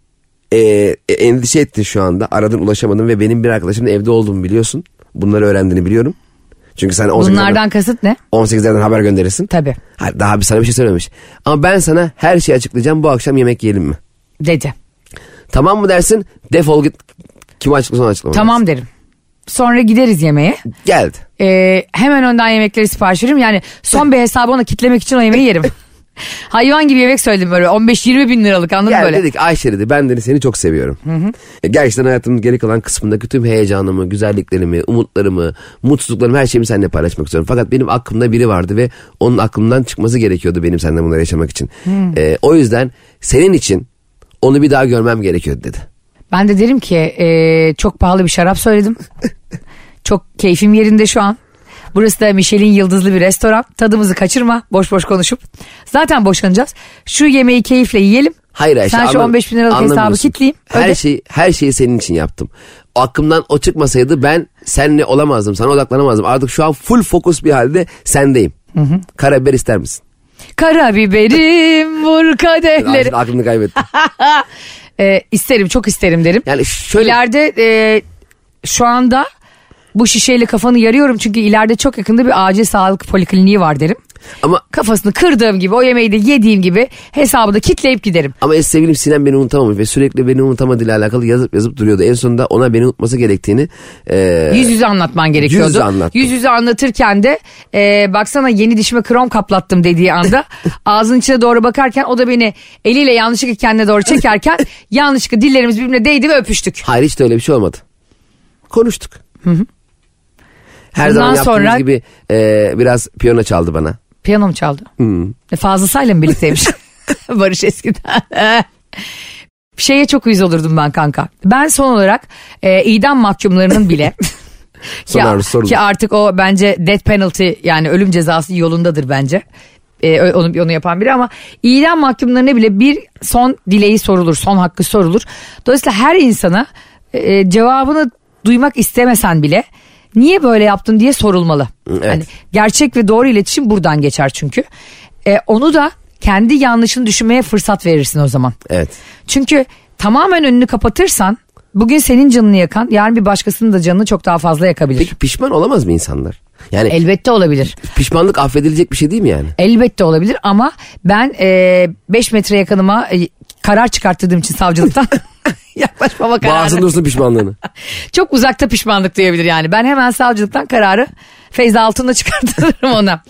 Speaker 3: e, e, endişe ettin şu anda. Aradın ulaşamadın ve benim bir arkadaşımın evde olduğumu biliyorsun. Bunları öğrendiğini biliyorum. Çünkü sen 18 yaşında-
Speaker 2: Bunlardan kasıt ne?
Speaker 3: 18'lerden haber gönderirsin.
Speaker 2: Tabii.
Speaker 3: Ha, Daha bir sana bir şey söylememiş. Ama ben sana her şeyi açıklayacağım bu akşam yemek yiyelim mi?
Speaker 2: Dedi.
Speaker 3: Tamam mı dersin defol git. Kim açıklasa onu açıklama.
Speaker 2: Tamam derim. Sonra gideriz yemeğe.
Speaker 3: Geldi.
Speaker 2: Ee, hemen önden yemekleri sipariş veririm. Yani son bir hesabı ona kitlemek için o yemeği
Speaker 3: *laughs*
Speaker 2: yerim. Hayvan gibi yemek söyledim böyle. 15-20 bin liralık anladın mı
Speaker 3: Geldi
Speaker 2: böyle.
Speaker 3: dedik Ayşe dedi ben dedi seni çok seviyorum. E, Gerçekten hayatımın geri kalan kısmındaki tüm heyecanımı, güzelliklerimi, umutlarımı, mutsuzluklarımı her şeyimi seninle paylaşmak istiyorum. Fakat benim aklımda biri vardı ve onun aklımdan çıkması gerekiyordu benim seninle bunları yaşamak için. E, o yüzden senin için onu bir daha görmem gerekiyordu dedi.
Speaker 2: Ben de derim ki e, çok pahalı bir şarap
Speaker 3: *laughs*
Speaker 2: söyledim. çok keyfim yerinde şu an. Burası da Michelin yıldızlı bir restoran. Tadımızı kaçırma boş boş konuşup. Zaten boşanacağız. Şu yemeği keyifle yiyelim.
Speaker 3: Hayır Ayşe.
Speaker 2: Sen şu
Speaker 3: anlam-
Speaker 2: 15 bin liralık hesabı
Speaker 3: anlamıyorsun.
Speaker 2: kitleyeyim.
Speaker 3: Her
Speaker 2: öde.
Speaker 3: şey her şeyi senin için yaptım. O aklımdan o çıkmasaydı ben senle olamazdım. Sana odaklanamazdım. Artık şu an full fokus bir halde sendeyim. Karabiber ister misin?
Speaker 2: Karabiberim vur kadehleri.
Speaker 3: Aklını, aklını kaybettim.
Speaker 2: E, isterim çok isterim derim.
Speaker 3: Yani şöyle
Speaker 2: İleride e, şu anda bu şişeyle kafanı yarıyorum çünkü ileride çok yakında bir acil sağlık polikliniği var derim.
Speaker 3: Ama-
Speaker 2: Kafasını kırdığım gibi o yemeği de yediğim gibi hesabı da kitleyip giderim.
Speaker 3: Ama eski sevgilim Sinem beni unutamamış ve sürekli beni unutamadığıyla alakalı yazıp yazıp duruyordu. En sonunda ona beni unutması gerektiğini e,
Speaker 2: Yüz yüze anlatman gerekiyordu.
Speaker 3: yüz yüze anlattım.
Speaker 2: Yüz yüze anlatırken de e, baksana yeni dişime krom kaplattım dediği
Speaker 3: *laughs*
Speaker 2: anda ağzının içine doğru bakarken o da beni eliyle yanlışlıkla kendine doğru
Speaker 3: *laughs*
Speaker 2: çekerken yanlışlıkla dillerimiz birbirine değdi ve öpüştük.
Speaker 3: Hayır hiç de öyle bir şey olmadı. Konuştuk. Her
Speaker 2: Ondan
Speaker 3: zaman yaptığımız
Speaker 2: sonra-
Speaker 3: gibi e, biraz piyano çaldı bana.
Speaker 2: Piyano mu çaldı? E, Fazıl Say'la mı birlikteymiş? *laughs* Barış eskiden. *laughs* Şeye çok uyuz olurdum ben kanka. Ben son olarak e, idam mahkumlarının *laughs* bile ki,
Speaker 3: Sonra sorulur.
Speaker 2: ki artık o bence death penalty yani ölüm cezası yolundadır bence. E, ö- onu, onu yapan biri ama idam mahkumlarına bile bir son dileği sorulur, son hakkı sorulur. Dolayısıyla her insana e, cevabını duymak istemesen bile niye böyle yaptın diye sorulmalı.
Speaker 3: Evet.
Speaker 2: Hani gerçek ve doğru iletişim buradan geçer çünkü. E, onu da kendi yanlışını düşünmeye fırsat verirsin o zaman.
Speaker 3: Evet.
Speaker 2: Çünkü tamamen önünü kapatırsan bugün senin canını yakan yarın bir başkasının da canını çok daha fazla yakabilir.
Speaker 3: Peki pişman olamaz mı insanlar? Yani
Speaker 2: Elbette olabilir.
Speaker 3: pişmanlık affedilecek bir şey değil mi yani?
Speaker 2: Elbette olabilir ama ben 5 metre yakınıma e, karar çıkarttırdığım için savcılıktan *laughs* yaklaşmama kararı.
Speaker 3: Bağırsın dursun pişmanlığını.
Speaker 2: Çok uzakta pişmanlık diyebilir yani. Ben hemen savcılıktan kararı Feyza Altun'la *laughs* çıkartırım ona.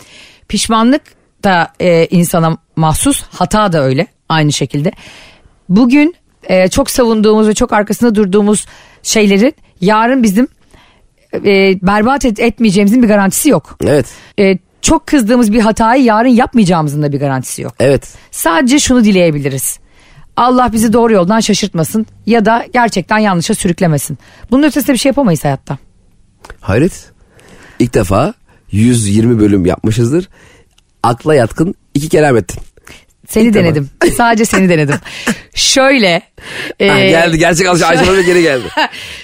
Speaker 2: Pişmanlık da e, insana mahsus hata da öyle aynı şekilde. Bugün e, çok savunduğumuz ve çok arkasında durduğumuz şeylerin yarın bizim e, berbat et, etmeyeceğimizin bir garantisi yok.
Speaker 3: Evet.
Speaker 2: E, çok kızdığımız bir hatayı yarın yapmayacağımızın da bir garantisi yok.
Speaker 3: Evet.
Speaker 2: Sadece şunu dileyebiliriz. Allah bizi doğru yoldan şaşırtmasın ya da gerçekten yanlışa sürüklemesin. Bunun ötesinde bir şey yapamayız hayatta.
Speaker 3: Hayret. İlk defa 120 bölüm yapmışızdır. Akla yatkın iki kelam ettin.
Speaker 2: Seni
Speaker 3: defa.
Speaker 2: denedim. Sadece seni
Speaker 3: *laughs*
Speaker 2: denedim. Şöyle. e,
Speaker 3: Ha, geldi gerçek alış Ayşe Hanım
Speaker 2: *laughs*
Speaker 3: geri geldi.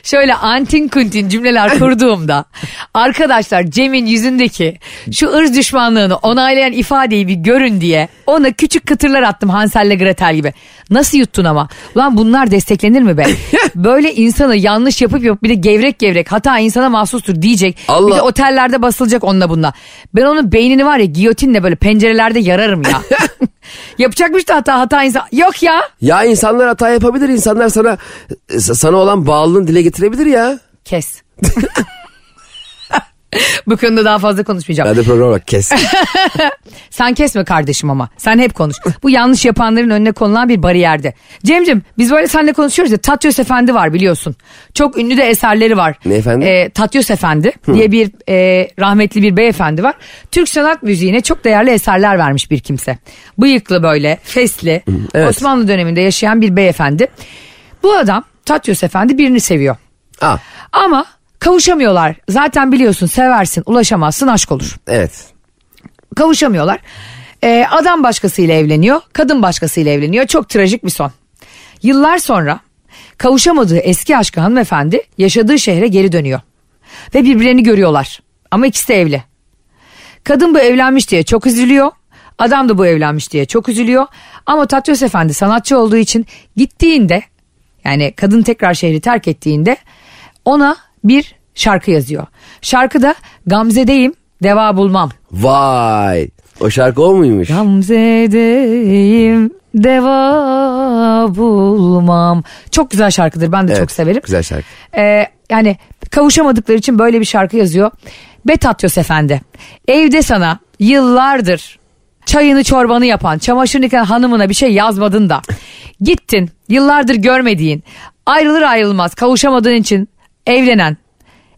Speaker 2: Şöyle antin kuntin cümleler kurduğumda arkadaşlar Cem'in yüzündeki şu ırz düşmanlığını onaylayan ifadeyi bir görün diye ona küçük kıtırlar attım Hansel'le Gretel gibi. Nasıl yuttun ama? Ulan bunlar desteklenir mi be? Böyle insana yanlış yapıp yapıp bir de gevrek gevrek hata insana mahsustur diyecek. Bir
Speaker 3: Allah.
Speaker 2: de otellerde basılacak onunla bununla. Ben onun beynini var ya giyotinle böyle pencerelerde yararım ya. *laughs* Yapacakmış da hata hata insan. Yok ya.
Speaker 3: Ya insanlar hata yapabilir. insanlar sana sana olan bağlılığını dile getirebilir ya.
Speaker 2: Kes. *laughs* Bu konuda daha fazla konuşmayacağım.
Speaker 3: Ben de programa
Speaker 2: *laughs*
Speaker 3: bak kes.
Speaker 2: Sen kesme kardeşim ama. Sen hep konuş. Bu yanlış yapanların önüne konulan bir bariyerde. Cemcim biz böyle seninle konuşuyoruz ya Tatyos Efendi var biliyorsun. Çok ünlü de eserleri var.
Speaker 3: Ne efendi?
Speaker 2: Ee, Tatyos Efendi diye bir e, rahmetli bir beyefendi var. Türk sanat müziğine çok değerli eserler vermiş bir kimse. Bıyıklı böyle, fesli.
Speaker 3: evet.
Speaker 2: Osmanlı döneminde yaşayan bir beyefendi. Bu adam Tatyos Efendi birini seviyor.
Speaker 3: Aa,
Speaker 2: Ama kavuşamıyorlar. Zaten biliyorsun seversin ulaşamazsın aşk olur.
Speaker 3: evet.
Speaker 2: Kavuşamıyorlar. Ee, adam başkasıyla evleniyor. Kadın başkasıyla evleniyor. Çok trajik bir son. Yıllar sonra kavuşamadığı eski aşkı hanımefendi yaşadığı şehre geri dönüyor. Ve birbirlerini görüyorlar. Ama ikisi de evli. Kadın bu evlenmiş diye çok üzülüyor. Adam da bu evlenmiş diye çok üzülüyor. Ama Tatyos Efendi sanatçı olduğu için gittiğinde yani kadın tekrar şehri terk ettiğinde ona bir şarkı yazıyor. Şarkıda Gamze'deyim deva bulmam.
Speaker 3: Vay. O şarkı o muymuş?
Speaker 2: Gamze'deyim deva bulmam. Çok güzel şarkıdır ben de
Speaker 3: Evet,
Speaker 2: çok severim.
Speaker 3: Güzel şarkı.
Speaker 2: Ee, yani kavuşamadıkları için böyle bir şarkı yazıyor. Betatyos Efendi evde sana yıllardır çayını çorbanı yapan çamaşırını yıkayan hanımına bir şey yazmadın da gittin yıllardır görmediğin ayrılır ayrılmaz kavuşamadığın için evlenen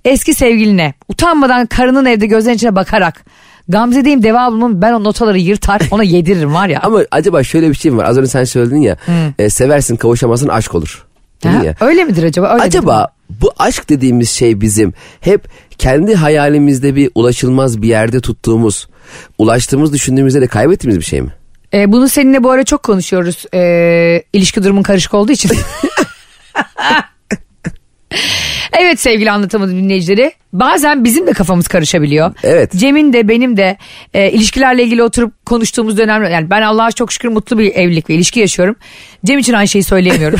Speaker 2: eski sevgiline utanmadan karının evde gözlerinin içine bakarak Gamze'deyim deva bulmam ben o notaları yırtar ona yediririm var ya.
Speaker 3: Ama acaba şöyle bir şey mi var? Az önce sen söyledin ya. e, seversin kavuşamazsın aşk olur. Dedin
Speaker 2: Ha,
Speaker 3: şey ya.
Speaker 2: öyle midir acaba? Öyle midir?
Speaker 3: Acaba bu aşk dediğimiz şey bizim hep kendi hayalimizde bir ulaşılmaz bir yerde tuttuğumuz, ulaştığımız düşündüğümüzde de kaybettiğimiz bir şey mi?
Speaker 2: Ee, bunu seninle bu ara çok konuşuyoruz. Ee, ilişki durumun karışık olduğu için. evet sevgili anlatamadım dinleyicileri. Bazen bizim de kafamız karışabiliyor.
Speaker 3: Evet.
Speaker 2: Cem'in de benim de e, ilişkilerle ilgili oturup konuştuğumuz dönemler. Yani ben Allah'a çok şükür mutlu bir evlilik ve ilişki yaşıyorum. Cem için aynı şeyi söyleyemiyorum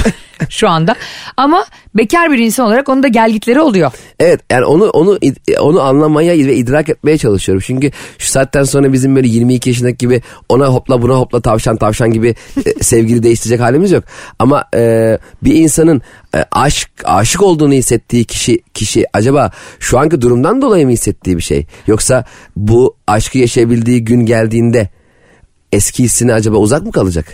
Speaker 2: şu anda. Ama bekar bir insan olarak onun da gelgitleri oluyor.
Speaker 3: Evet yani onu onu onu anlamaya ve idrak etmeye çalışıyorum. Çünkü şu saatten sonra bizim böyle 22 yaşındaki gibi ona hopla buna hopla tavşan tavşan gibi e, *laughs* sevgili değiştirecek halimiz yok. Ama e, bir insanın e, aşk aşık olduğunu hissettiği kişi kişi acaba şu anki durumdan dolayı mı hissettiği bir şey? Yoksa bu aşkı yaşayabildiği gün geldiğinde eski hissine acaba uzak mı kalacak?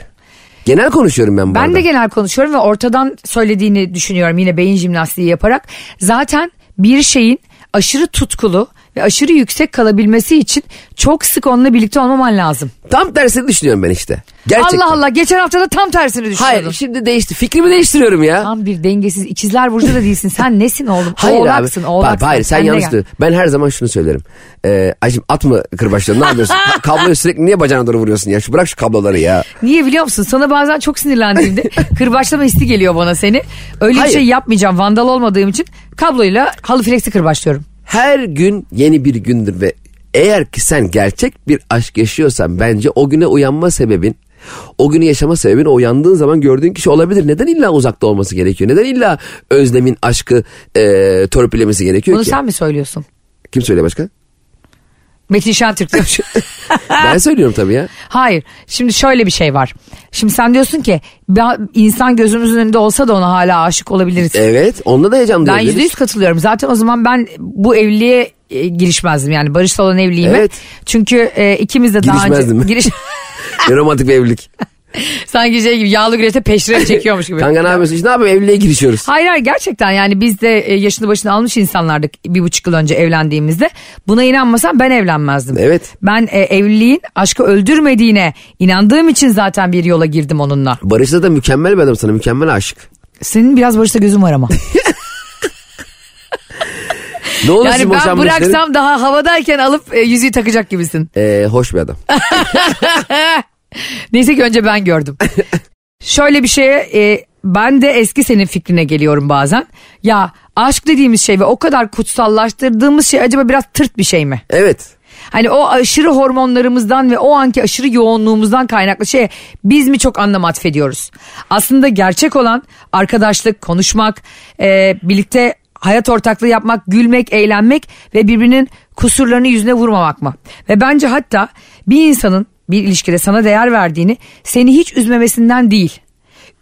Speaker 3: Genel konuşuyorum ben bu
Speaker 2: Ben
Speaker 3: arada.
Speaker 2: de genel konuşuyorum ve ortadan söylediğini düşünüyorum yine beyin jimnastiği yaparak. Zaten bir şeyin aşırı tutkulu ve aşırı yüksek kalabilmesi için çok sık onunla birlikte olmaman lazım.
Speaker 3: Tam tersini düşünüyorum ben işte. Gerçekten.
Speaker 2: Allah Allah geçen hafta da tam tersini düşünüyordum.
Speaker 3: Hayır şimdi değişti. Fikrimi değiştiriyorum ya.
Speaker 2: Tam bir dengesiz ikizler burcu da değilsin. Sen nesin oğlum?
Speaker 3: Hayır
Speaker 2: oğlaksın,
Speaker 3: abi.
Speaker 2: oğlaksın.
Speaker 3: Bak, Hayır sen
Speaker 2: Kendine
Speaker 3: yanlış
Speaker 2: gel.
Speaker 3: diyorsun. Ben her zaman şunu söylerim. Ee, Ayşem atma kırbaçlarını ne yapıyorsun?
Speaker 2: *laughs*
Speaker 3: Ka- Kabloyu sürekli niye bacağına doğru vuruyorsun ya? Şu bırak şu kabloları ya.
Speaker 2: Niye biliyor musun? Sana bazen çok sinirlendiğimde
Speaker 3: *laughs*
Speaker 2: kırbaçlama hissi geliyor bana seni. Öyle
Speaker 3: Hayır.
Speaker 2: bir şey yapmayacağım vandal olmadığım için kabloyla halı fleksi kırbaçlıyorum.
Speaker 3: Her gün yeni bir gündür ve eğer ki sen gerçek bir aşk yaşıyorsan bence o güne uyanma sebebin o günü yaşama sebebin o uyandığın zaman gördüğün kişi olabilir. Neden illa uzakta olması gerekiyor? Neden illa özlemin aşkı e, törpülemesi gerekiyor
Speaker 2: Bunu
Speaker 3: ki?
Speaker 2: sen mi söylüyorsun?
Speaker 3: Kim söylüyor başka?
Speaker 2: Metin Şentürk demiş.
Speaker 3: *laughs* ben söylüyorum tabii ya.
Speaker 2: Hayır. Şimdi şöyle bir şey var. Şimdi sen diyorsun ki "Ben- insan gözümüzün önünde olsa da ona hala aşık olabiliriz.
Speaker 3: Evet. Onda da heyecan
Speaker 2: Ben
Speaker 3: duyabiliriz.
Speaker 2: yüzde yüz katılıyorum. Zaten o zaman ben bu evliliğe e, girişmezdim yani Barış'la olan evliliğime.
Speaker 3: Evet.
Speaker 2: Çünkü e, ikimiz de daha önce... *laughs*
Speaker 3: Girişmezdim.
Speaker 2: Giriş...
Speaker 3: Ne *laughs* romantik
Speaker 2: *laughs*
Speaker 3: bir evlilik.
Speaker 2: Sanki şey gibi yağlı güreşte peşrev çekiyormuş gibi.
Speaker 3: Kanka ne yapıyorsun? İşte ne yapayım evliliğe girişiyoruz.
Speaker 2: Hayır hayır gerçekten yani biz de e, yaşını başını almış insanlardık bir buçuk yıl önce evlendiğimizde. Buna inanmasam ben evlenmezdim.
Speaker 3: Evet.
Speaker 2: Ben e, evliliğin aşkı öldürmediğine inandığım için zaten bir yola girdim onunla.
Speaker 3: Barış da mükemmel bir adam sana mükemmel aşık.
Speaker 2: Senin biraz Barış'ta gözün var ama.
Speaker 3: Ne olursun
Speaker 2: yani ben
Speaker 3: boşanma işleri-
Speaker 2: bıraksam daha havadayken alıp e, yüzüğü takacak gibisin.
Speaker 3: Ee, hoş bir adam.
Speaker 2: Neyse ki önce ben gördüm. Şöyle bir şeye e, ben de eski senin fikrine geliyorum bazen. Ya aşk dediğimiz şey ve o kadar kutsallaştırdığımız şey acaba biraz tırt bir şey mi?
Speaker 3: Evet.
Speaker 2: Hani o aşırı hormonlarımızdan ve o anki aşırı yoğunluğumuzdan kaynaklı şey biz mi çok anlam atfediyoruz? Aslında gerçek olan arkadaşlık, konuşmak, e, birlikte hayat ortaklığı yapmak, gülmek, eğlenmek ve birbirinin kusurlarını yüzüne vurmamak mı? Ve bence hatta bir insanın bir ilişkide sana değer verdiğini seni hiç üzmemesinden değil,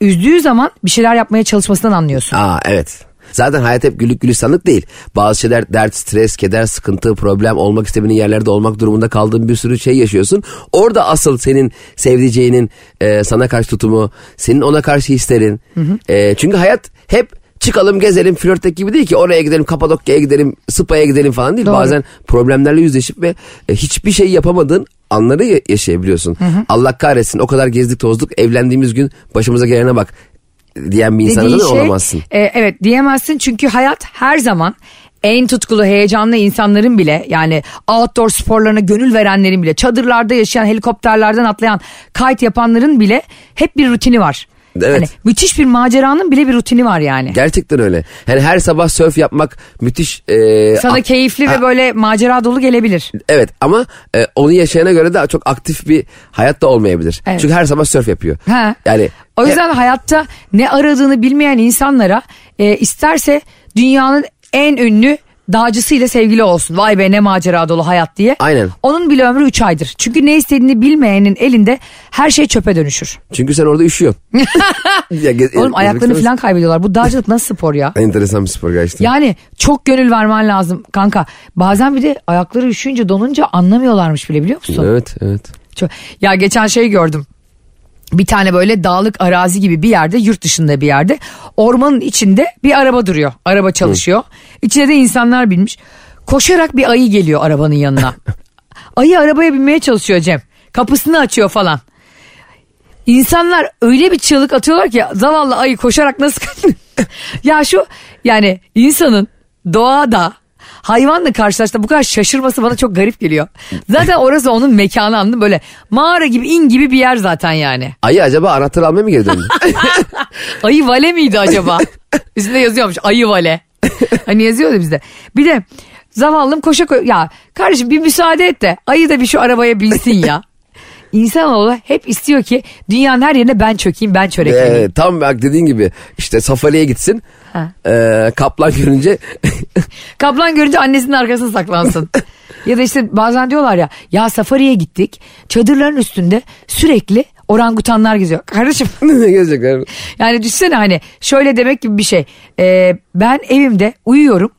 Speaker 2: üzdüğü zaman bir şeyler yapmaya çalışmasından anlıyorsun.
Speaker 3: Aa evet. Zaten hayat hep güllük gülistanlık değil. Bazı şeyler dert, stres, keder, sıkıntı, problem olmak istemediğin yerlerde olmak durumunda kaldığın bir sürü şey yaşıyorsun. Orada asıl senin sevdiceğinin e, sana karşı tutumu, senin ona karşı hislerin. E, çünkü hayat hep çıkalım gezelim flörtteki gibi değil ki oraya gidelim Kapadokya'ya gidelim Spa'ya gidelim falan değil.
Speaker 2: Doğru.
Speaker 3: Bazen problemlerle yüzleşip ve e, hiçbir şey yapamadığın anları ya- yaşayabiliyorsun. Allah kahretsin o kadar gezdik tozduk evlendiğimiz gün başımıza gelene bak diyen bir insana da
Speaker 2: dediği şey,
Speaker 3: olamazsın.
Speaker 2: e, evet diyemezsin çünkü hayat her zaman en tutkulu heyecanlı insanların bile yani outdoor sporlarına gönül verenlerin bile çadırlarda yaşayan helikopterlerden atlayan kayıt yapanların bile hep bir rutini var.
Speaker 3: Evet.
Speaker 2: Hani müthiş bir maceranın bile bir rutini var yani.
Speaker 3: Gerçekten öyle. Yani her sabah sörf yapmak müthiş. e,
Speaker 2: Sana
Speaker 3: ak-
Speaker 2: keyifli
Speaker 3: Ha,
Speaker 2: ve böyle macera dolu gelebilir.
Speaker 3: Evet ama e, onu yaşayana göre de çok aktif bir hayat da olmayabilir.
Speaker 2: Evet.
Speaker 3: Çünkü her sabah sörf yapıyor.
Speaker 2: Ha.
Speaker 3: Yani e,
Speaker 2: O yüzden hayatta ne aradığını bilmeyen insanlara e, isterse dünyanın en ünlü dağcısıyla sevgili olsun. Vay be ne macera dolu hayat diye.
Speaker 3: Aynen.
Speaker 2: Onun bile ömrü 3 aydır. Çünkü ne istediğini bilmeyenin elinde her şey çöpe dönüşür.
Speaker 3: E, *laughs* çünkü sen
Speaker 2: *laughs*
Speaker 3: orada üşüyorsun. Ya, gez-
Speaker 2: Oğlum
Speaker 3: gezmek
Speaker 2: ayaklarını
Speaker 3: istemez-
Speaker 2: falan kaybediyorlar. Bu dağcılık nasıl spor
Speaker 3: *laughs*
Speaker 2: ya?
Speaker 3: Enteresan bir spor gerçekten.
Speaker 2: Yani çok gönül vermen lazım kanka. Bazen bir de ayakları üşüyünce donunca anlamıyorlarmış bile biliyor musun?
Speaker 3: Evet evet.
Speaker 2: Çok- Ya geçen şey gördüm. Bir tane böyle dağlık arazi gibi bir yerde yurt dışında bir yerde ormanın içinde bir araba duruyor. Araba çalışıyor. İçine de insanlar binmiş. Koşarak bir ayı geliyor arabanın yanına. ayı arabaya binmeye çalışıyor Cem. Kapısını açıyor falan. İnsanlar öyle bir çığlık atıyorlar ki zavallı ayı koşarak nasıl *laughs* Ya şu yani insanın doğada hayvanla karşılaştığında bu kadar şaşırması bana çok garip geliyor. Zaten orası onun mekanı anladın mı? böyle mağara gibi in gibi bir yer zaten yani.
Speaker 3: Ayı acaba anahtar almaya mı
Speaker 2: *laughs*
Speaker 3: geri döndü? *laughs*
Speaker 2: Ayı vale miydi acaba? Üstünde yazıyormuş ayı vale. Hani yazıyordu bizde. Bir de zavallım koşa koşa ya kardeşim bir müsaade et de ayı da bir şu arabaya binsin ya. İnsanoğlu hep istiyor ki dünyanın her yerine ben çökeyim ben çörekleneyim.
Speaker 3: Ee, tam bak dediğin gibi işte safariye gitsin.
Speaker 2: Ha.
Speaker 3: Ee, kaplan görünce *laughs*
Speaker 2: Kaplan görünce annesinin arkasına saklansın. ya da işte bazen diyorlar ya ya safariye gittik çadırların üstünde sürekli orangutanlar geziyor. Kardeşim
Speaker 3: ne gezecekler?
Speaker 2: yani düşünsene hani şöyle demek gibi bir şey. Ee, ben evimde uyuyorum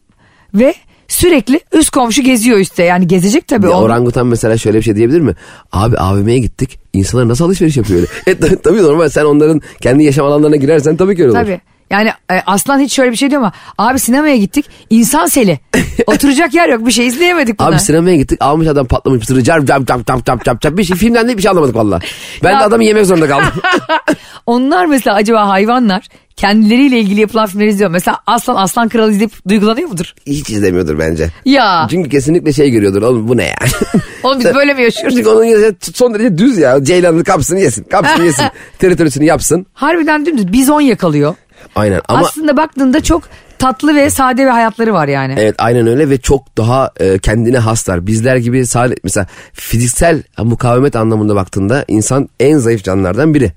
Speaker 2: ve sürekli üst komşu geziyor üstte. Yani gezecek tabii.
Speaker 3: Ya
Speaker 2: onun-
Speaker 3: orangutan mesela şöyle bir şey diyebilir mi? Abi AVM'ye gittik. İnsanlar nasıl alışveriş yapıyor öyle? *laughs* e, ta- tabii normal sen onların kendi yaşam alanlarına girersen tabii ki öyle olur.
Speaker 2: Tabii. Yani e, aslan hiç şöyle bir şey diyor ama abi sinemaya gittik insan
Speaker 3: *laughs*
Speaker 2: seli. Oturacak yer yok bir şey izleyemedik bunu.
Speaker 3: Abi sinemaya gittik almış adam patlamış mısırı car cam cam cam cam cam cam bir şey filmden de bir şey anlamadık valla.
Speaker 2: *laughs*
Speaker 3: Ben
Speaker 2: Ya-
Speaker 3: de adamı yemek zorunda kaldım.
Speaker 2: *laughs*
Speaker 3: *laughs*
Speaker 2: Onlar mesela acaba hayvanlar kendileriyle ilgili yapılan filmleri izliyor. Mesela aslan aslan kralı izleyip duygulanıyor mudur?
Speaker 3: Hiç izlemiyordur bence.
Speaker 2: Ya.
Speaker 3: Çünkü kesinlikle şey görüyordur oğlum bu ne ya.
Speaker 2: *laughs* Oğlum biz böyle mi
Speaker 3: *laughs*
Speaker 2: yaşıyoruz?
Speaker 3: Çünkü onun yaşı son derece düz ya. Ceylanını kapsın yesin.
Speaker 2: *laughs*
Speaker 3: Kapsın yesin. Teritörisini yapsın.
Speaker 2: Harbiden dümdüz bizon yakalıyor.
Speaker 3: Aynen ama
Speaker 2: Aslında baktığında çok tatlı ve sade bir hayatları var yani.
Speaker 3: Evet aynen öyle ve çok daha e, kendine haslar. Bizler gibi sadece mesela fiziksel mukavemet anlamında baktığında insan en zayıf canlılardan biri.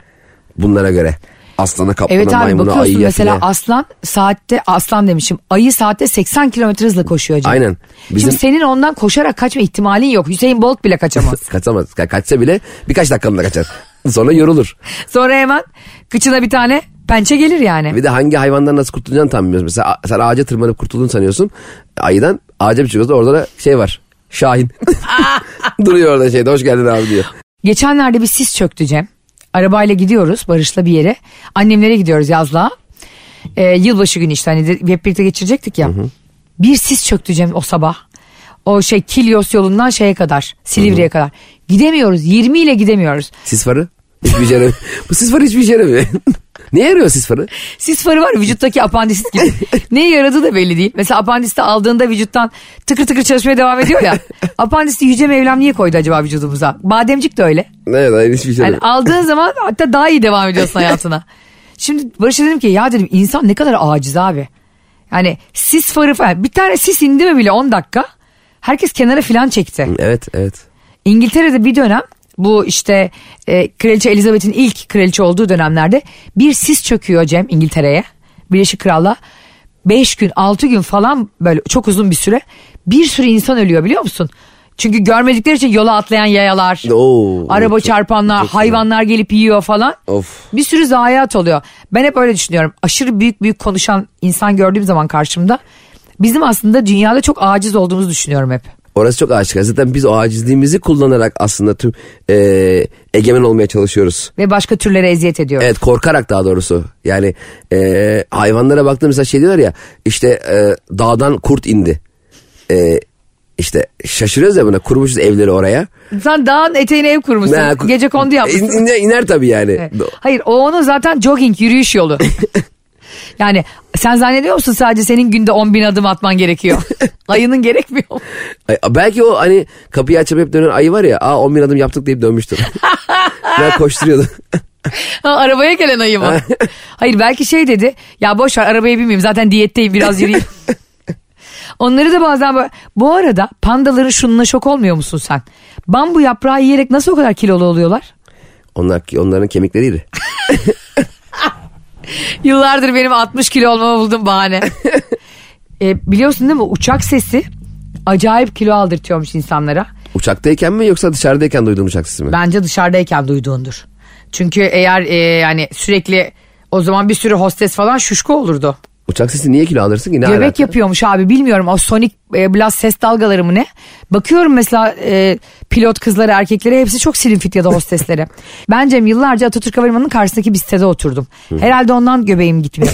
Speaker 3: Bunlara göre. Aslana, kaplana,
Speaker 2: Evet abi
Speaker 3: maymuna,
Speaker 2: bakıyorsun
Speaker 3: ayıya.
Speaker 2: mesela
Speaker 3: fileye.
Speaker 2: aslan saatte aslan demişim ayı saatte 80 kilometre hızla koşuyor canım.
Speaker 3: Aynen. Bizim-
Speaker 2: Şimdi senin ondan koşarak kaçma ihtimalin yok. Hüseyin Bolt bile
Speaker 3: *laughs*
Speaker 2: kaçamaz.
Speaker 3: *laughs* Kaçamaz. Ka- Kaçsa bile birkaç dakikalığına kaçar. *laughs* Sonra yorulur.
Speaker 2: Sonra hemen kıçına bir tane pençe gelir yani.
Speaker 3: Bir de hangi hayvandan nasıl kurtulacağını tam bilmiyorsun. Mesela a- sen ağaca tırmanıp kurtulduğunu sanıyorsun. Ayıdan ağaca bir çıkıyorsun orada da şey var.
Speaker 2: *laughs*
Speaker 3: Şahin. *laughs* Duruyor orada şeyde hoş geldin abi diyor.
Speaker 2: Geçenlerde bir sis çöktü Cem. Arabayla gidiyoruz Barış'la bir yere. Annemlere gidiyoruz yazlığa. Ee, yılbaşı günü işte hani de- hep birlikte geçirecektik ya. Bir sis çöktü Cem o sabah. O şey Kilyos yolundan şeye kadar Silivri'ye kadar. Gidemiyoruz 20 ile gidemiyoruz.
Speaker 3: Sis farı. Hiçbir işe yaramıyor. *laughs* Bu sis farı hiçbir işe yaramıyor. *laughs* Neye yarıyor sis farı?
Speaker 2: Sis farı var ya, vücuttaki apandisit gibi. Neye yaradığı da belli değil. Mesela apandisti aldığında vücuttan tıkır tıkır çalışmaya devam ediyor ya. apandisti Yüce Mevlam niye koydu acaba vücudumuza? Bademcik de öyle.
Speaker 3: Evet hayır hiçbir şey
Speaker 2: Yani
Speaker 3: yaramıyor.
Speaker 2: aldığın zaman hatta daha iyi devam ediyorsun hayatına. Şimdi Barış'a dedim ki ya dedim insan ne kadar aciz abi. Yani sis farı falan. Bir tane sis indi mi bile 10 dakika. Herkes kenara filan çekti.
Speaker 3: Evet evet.
Speaker 2: İngiltere'de bir dönem bu işte e, Kraliçe Elizabeth'in ilk kraliçe olduğu dönemlerde bir sis çöküyor Cem İngiltere'ye. Birleşik Krallığa. 5 gün 6 gün falan böyle çok uzun bir süre bir sürü insan ölüyor biliyor musun? Çünkü görmedikleri için yola atlayan yayalar,
Speaker 3: Oo,
Speaker 2: araba
Speaker 3: çok-
Speaker 2: çarpanlar,
Speaker 3: çok
Speaker 2: hayvanlar gelip yiyor falan.
Speaker 3: Of.
Speaker 2: Bir sürü zayiat oluyor. Ben hep öyle düşünüyorum. Aşırı büyük büyük konuşan insan gördüğüm zaman karşımda bizim aslında dünyada çok aciz olduğumuzu düşünüyorum hep.
Speaker 3: Orası çok aşikar. Zaten biz o acizliğimizi kullanarak aslında tüm e, egemen olmaya çalışıyoruz.
Speaker 2: Ve başka türlere eziyet ediyoruz.
Speaker 3: Evet korkarak daha doğrusu. Yani e, hayvanlara baktığımda mesela şey diyorlar ya işte e, dağdan kurt indi. E, işte şaşırıyoruz ya buna kurmuşuz evleri oraya.
Speaker 2: Sen dağın eteğine ev kurmuşsun.
Speaker 3: Ne,
Speaker 2: Gece kondu yapmışsın.
Speaker 3: İn- iner, iner tabii yani.
Speaker 2: Evet. Hayır o onun zaten jogging yürüyüş yolu.
Speaker 3: *laughs*
Speaker 2: yani sen zannediyor musun sadece senin günde 10 bin adım atman
Speaker 3: *laughs*
Speaker 2: gerekiyor? Ayının gerekmiyor mu?
Speaker 3: Ay, Belki o hani kapıyı açıp hep dönen ayı var ya. Aa 10 bin adım yaptık
Speaker 2: *laughs*
Speaker 3: deyip dönmüştür. ben koşturuyordum.
Speaker 2: Ha, arabaya gelen ayı mı? Hayır belki şey dedi. Ya boş ver arabaya binmeyeyim zaten diyetteyim biraz
Speaker 3: *laughs*
Speaker 2: yürüyeyim. Onları da bazen böyle- bu arada pandaların şununla şok olmuyor musun sen? Bambu yaprağı yiyerek nasıl o kadar kilolu oluyorlar?
Speaker 3: Onlar, onların kemikleri iri.
Speaker 2: Yıllardır benim 60 kilo olmamı buldum bahane. e, biliyorsun değil mi uçak sesi acayip kilo aldırtıyormuş insanlara.
Speaker 3: Uçaktayken mi yoksa dışarıdayken duyduğum uçak sesi mi?
Speaker 2: Bence dışarıdayken duyduğundur. Çünkü eğer e, yani sürekli o zaman bir sürü hostes falan şuşku olurdu.
Speaker 3: Uçak sesi niye kilo alırsın ki? Ne
Speaker 2: Göbek
Speaker 3: alaka?
Speaker 2: yapıyormuş abi bilmiyorum o sonik e, blast ses dalgaları mı ne? Bakıyorum mesela e, pilot kızları erkekleri hepsi çok slim fit ya da hostesleri. ben Cem yıllarca Atatürk Havalimanı'nın karşısındaki bir sitede oturdum. Herhalde ondan göbeğim gitmiyor.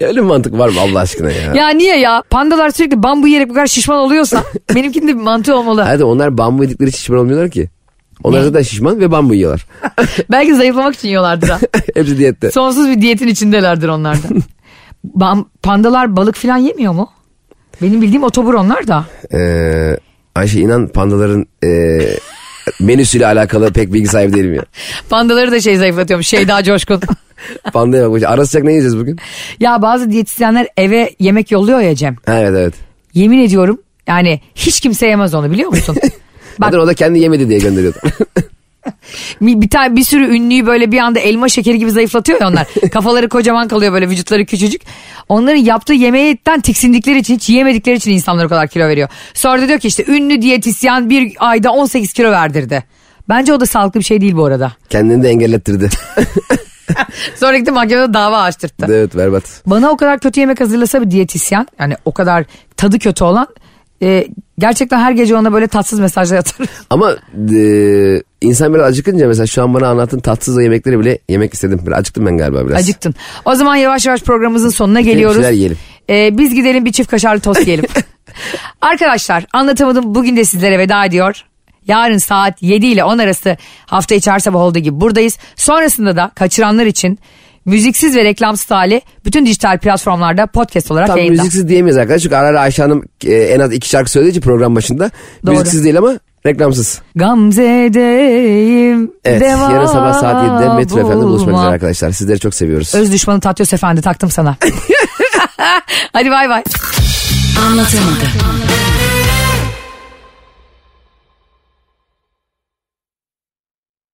Speaker 3: Ya öyle bir mantık var mı Allah aşkına ya?
Speaker 2: Ya niye ya? Pandalar sürekli bambu yiyerek bu kadar şişman oluyorsa benimkinin de bir mantığı olmalı.
Speaker 3: Hayatım onlar bambu yedikleri için şişman olmuyorlar ki. Onlar
Speaker 2: Ne?
Speaker 3: zaten şişman ve bambu yiyorlar.
Speaker 2: Belki zayıflamak için yiyorlardır ha.
Speaker 3: Hepsi diyette.
Speaker 2: Sonsuz bir diyetin içindelerdir onlarda. Bam- pandalar balık falan yemiyor mu? Benim bildiğim otobur onlar da.
Speaker 3: Ee, Ayşe inan pandaların e, menüsüyle alakalı pek bilgi sahibi değilim ya.
Speaker 2: Pandaları da şey zayıflatıyormuş. Şey daha coşkun.
Speaker 3: Pandaya bak. Ara sıcak ne yiyeceğiz bugün?
Speaker 2: ya bazı diyetisyenler eve yemek yolluyor ya Cem.
Speaker 3: Ha, evet evet.
Speaker 2: Yemin ediyorum yani hiç kimse yemez onu biliyor musun?
Speaker 3: Zaten o da kendi yemedi diye gönderiyordu. *laughs*
Speaker 2: Bir, bir tane bir sürü ünlüyü böyle bir anda elma şekeri gibi zayıflatıyor ya onlar. Kafaları kocaman kalıyor böyle vücutları küçücük. Onların yaptığı yemeğinden tiksindikleri için hiç yemedikleri için insanlar o kadar kilo veriyor. Sonra da diyor ki işte ünlü diyetisyen bir ayda 18 kilo verdirdi. Bence o da sağlıklı bir şey değil bu arada. *laughs*
Speaker 3: Kendini de engellettirdi.
Speaker 2: Sonra gitti mahkemede dava açtırttı.
Speaker 3: evet berbat.
Speaker 2: Bana o kadar kötü yemek hazırlasa bir diyetisyen yani o kadar tadı kötü olan e, gerçekten her gece ona böyle tatsız mesajlar atarım.
Speaker 3: Ama e, insan biraz acıkınca mesela şu an bana anlattığın tatsız yemekleri bile yemek istedim. Biraz acıktım ben galiba biraz.
Speaker 2: Acıktın. O zaman yavaş yavaş programımızın sonuna geliyoruz.
Speaker 3: şeyler yiyelim.
Speaker 2: Ee, biz gidelim bir çift kaşarlı
Speaker 3: *laughs*
Speaker 2: tost yiyelim. Arkadaşlar anlatamadım bugün de sizlere veda ediyor. Yarın saat 7 ile 10 arası hafta içi her sabah olduğu gibi buradayız. Sonrasında da kaçıranlar için müziksiz ve reklamsız hali bütün dijital platformlarda podcast olarak
Speaker 3: Tam
Speaker 2: yayında.
Speaker 3: müziksiz diyemeyiz arkadaşlar. Çünkü ara ara Ayşe Hanım e, en az iki şarkı söylediği için program başında.
Speaker 2: Doğru.
Speaker 3: Müziksiz değil ama reklamsız.
Speaker 2: Gamze'deyim.
Speaker 3: Evet
Speaker 2: deva
Speaker 3: yarın sabah saat 7'de Metro
Speaker 2: bulmam.
Speaker 3: FM'de buluşmak üzere arkadaşlar. Sizleri çok seviyoruz.
Speaker 2: Öz düşmanı
Speaker 3: *laughs*
Speaker 2: Tatyos Efendi taktım sana. *laughs* Hadi bay bay.
Speaker 4: Anlatamadım.